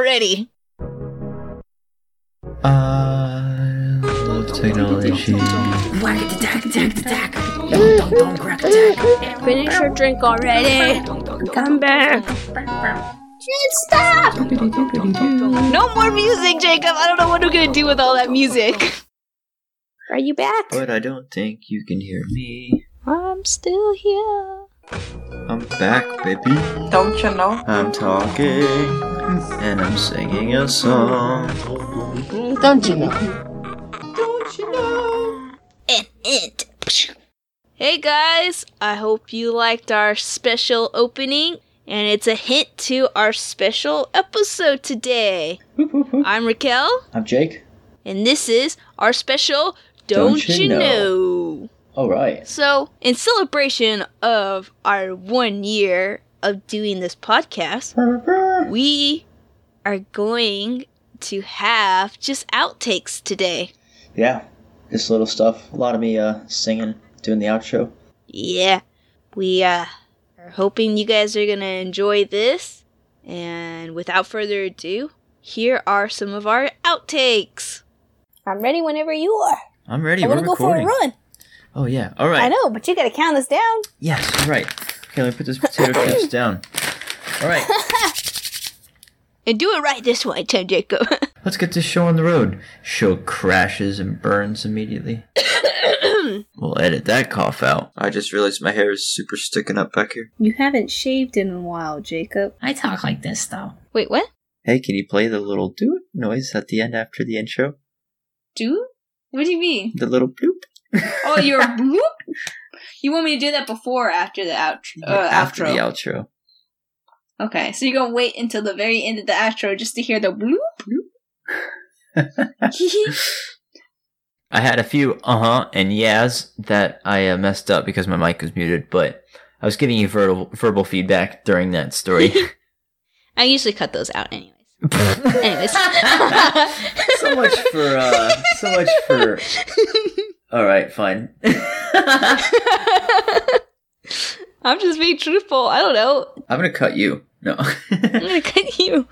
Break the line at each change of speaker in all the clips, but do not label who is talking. ready.
I love technology.
Whack it, attack, attack, attack. Dong, dong, dong, crack, attack.
Finish your drink already.
Dong, dong, dong,
Come back.
Stop! No more music, Jacob. I don't know what we're gonna do with all that music.
Are you back?
But I don't think you can hear me.
I'm still here.
I'm back, baby.
Don't you know?
I'm talking and I'm singing a song.
Don't you know?
Hey guys, I hope you liked our special opening, and it's a hint to our special episode today. I'm Raquel,
I'm Jake.
and this is our special Don't, You, know.
All right.
So, in celebration of our one year of doing this podcast, we are going to have just outtakes today.
Yeah, just little stuff. A lot of me uh, singing, doing the outro.
Yeah, we uh, are hoping you guys are going to enjoy this. And without further ado, here are some of our outtakes.
I'm ready whenever you are.
I'm ready.
I
We're
want to go for a
recording.
run.
Oh yeah. All right.
I know, but you gotta count us down.
Yes. All right. Okay, let me put this potato chips down. All right.
And do it right this way, Tim Jacob.
Let's get this show on the road. Show crashes and burns immediately. we'll edit that cough out. I just realized my hair is super sticking up back here.
you haven't shaved in a while, Jacob.
I talk like this though.
Wait, what?
Hey, can you play the little do it noise at the end after the intro?
Do? What do you mean?
The little bloop.
Oh, you're bloop. You want me to do that before or after the outro? Uh,
after
outro.
the outro.
okay, so you're gonna wait until the very end of the outro just to hear the bloop bloop.
I had a few uh huh and yeahs that I uh, messed up because my mic was muted, but I was giving you verbal, verbal feedback during that story.
I usually cut those out anyways. Anyways.
so much for, uh, so much for. Alright, fine. I'm
I'm just being truthful. I don't know.
gonna cut you. No.
I'm gonna cut you.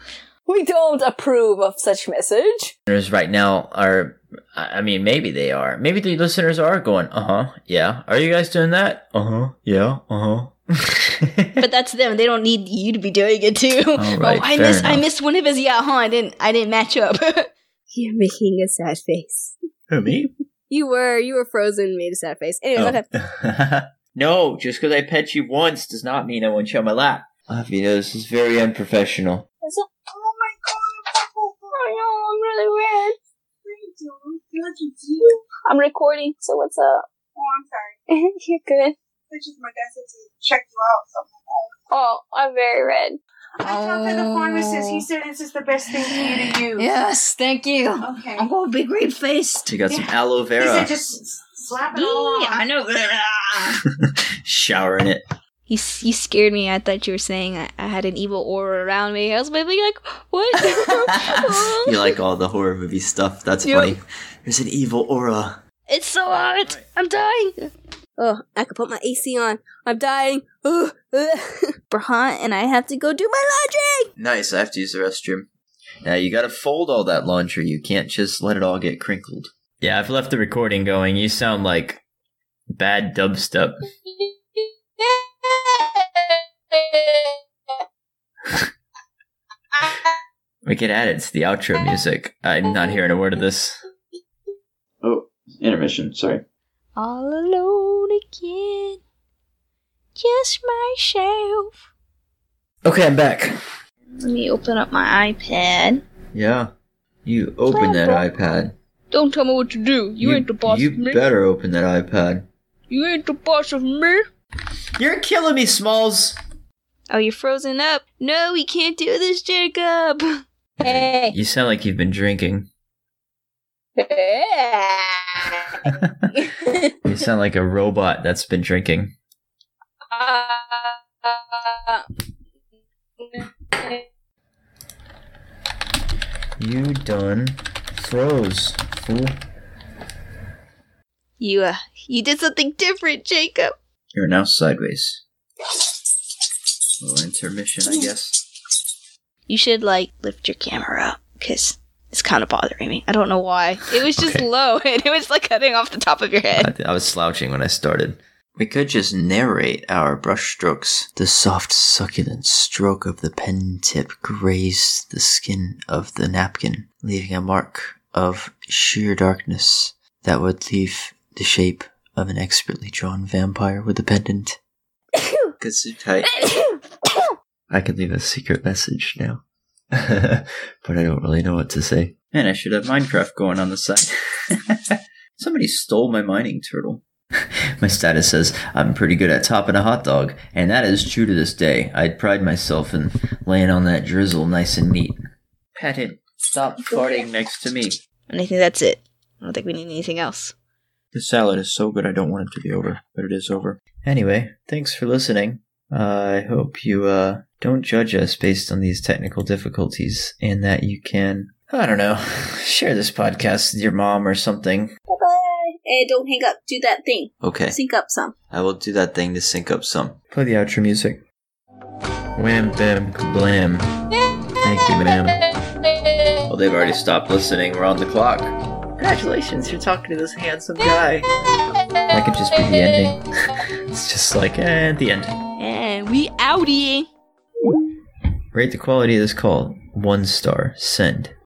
We don't approve of such message.
listeners right now are, I I mean, maybe they are. Maybe the listeners are going, uh huh, yeah. Are you guys doing that? Uh huh, yeah, uh huh.
But that's them. They don't need you to be doing it too.
right,
oh, I
fair
missed. I
enough.
missed one of his. Yeah, huh? I didn't. I didn't match up.
You're making a sad face.
Who, me?
You were you were frozen, and made a sad face.
Oh.
Anyways, okay.
no, just because I pet you once does not mean I want you on my lap. I you know, this is very unprofessional.
Oh
I'm recording, so what's up?
Oh, I'm sorry.
You're good.
It's just my dad said to check you out. So.
Oh, I'm very red.
I talked to the pharmacist. He said this is the best thing for you to use.
Yes, thank you.
Okay.
I'm gonna be great faced.
You got some aloe
He
vera.
said just s- slap it all on.
know.
Showering it.
you, s- you scared me. I thought you were saying I, I had an evil aura around me. I was like, like what?
you like all the horror movie stuff. That's
Yep.
funny. There's an evil aura.
it's so hot. I'm dying.
Oh, I could put my AC on. I'm dying. Ugh, ugh. Brahan and I have to go do my laundry.
Nice. I have to use the restroom. Now you got to fold all that laundry. You can't just let it all get crinkled. Yeah, I've left the recording going. You sound like bad dubstep. We could add it to the outro music. I'm not hearing a word of this. Oh, intermission. Sorry.
All alone again. Just myself.
Okay, I'm back.
Let me open up my iPad.
Yeah. You open that iPad.
Don't tell me what to do. You, ain't the boss of
You
me.
better open that iPad.
You ain't the boss of me.
You're killing me, Smalls.
Oh, you're frozen up. No, we can't do this, Jacob.
Hey.
You sound like you've been drinking. You sound like a robot that's been drinking.
Uh,
You done froze, fool.
You uh, you did something different, Jacob.
You're now sideways. Well, intermission, I guess.
You should like lift your camera up because it's kind of bothering me. I don't know why. It was just
Okay.
low and it was like cutting off the top of your head.
I, th- I was slouching when I started. We could just narrate our brushstrokes. The soft, succulent stroke of the pen tip grazed the skin of the napkin, leaving a mark of sheer darkness that would leave the shape of an expertly drawn vampire with a pendant. tight. I can leave a secret message now. but I don't really know what to say. Man, I should have Minecraft going on the side. Somebody stole my mining turtle. my status says I'm pretty good at topping a hot dog, and that is true to this day. I pride myself in laying on that drizzle nice and neat. Patton, stop farting next to me.
And I think that's it. I don't think we need anything else.
The salad is so good, I don't want it to be over, but it is over. Anyway, thanks for listening. Uh, I hope you uh, don't judge us based on these technical difficulties and that you can, I don't know, share this podcast with your mom or something.
Hey, don't hang up. Do that thing.
Okay,
Sync up some.
I will do that thing to sync up some. Play the outro music. Wham, bam, blam. Thank you, ma'am. Well, they've already stopped listening. We're on the clock. Congratulations, you're talking to this handsome guy. That could just be the ending. it's just like, eh, the end.
And we outie.
Rate the quality of this call. One star. Send.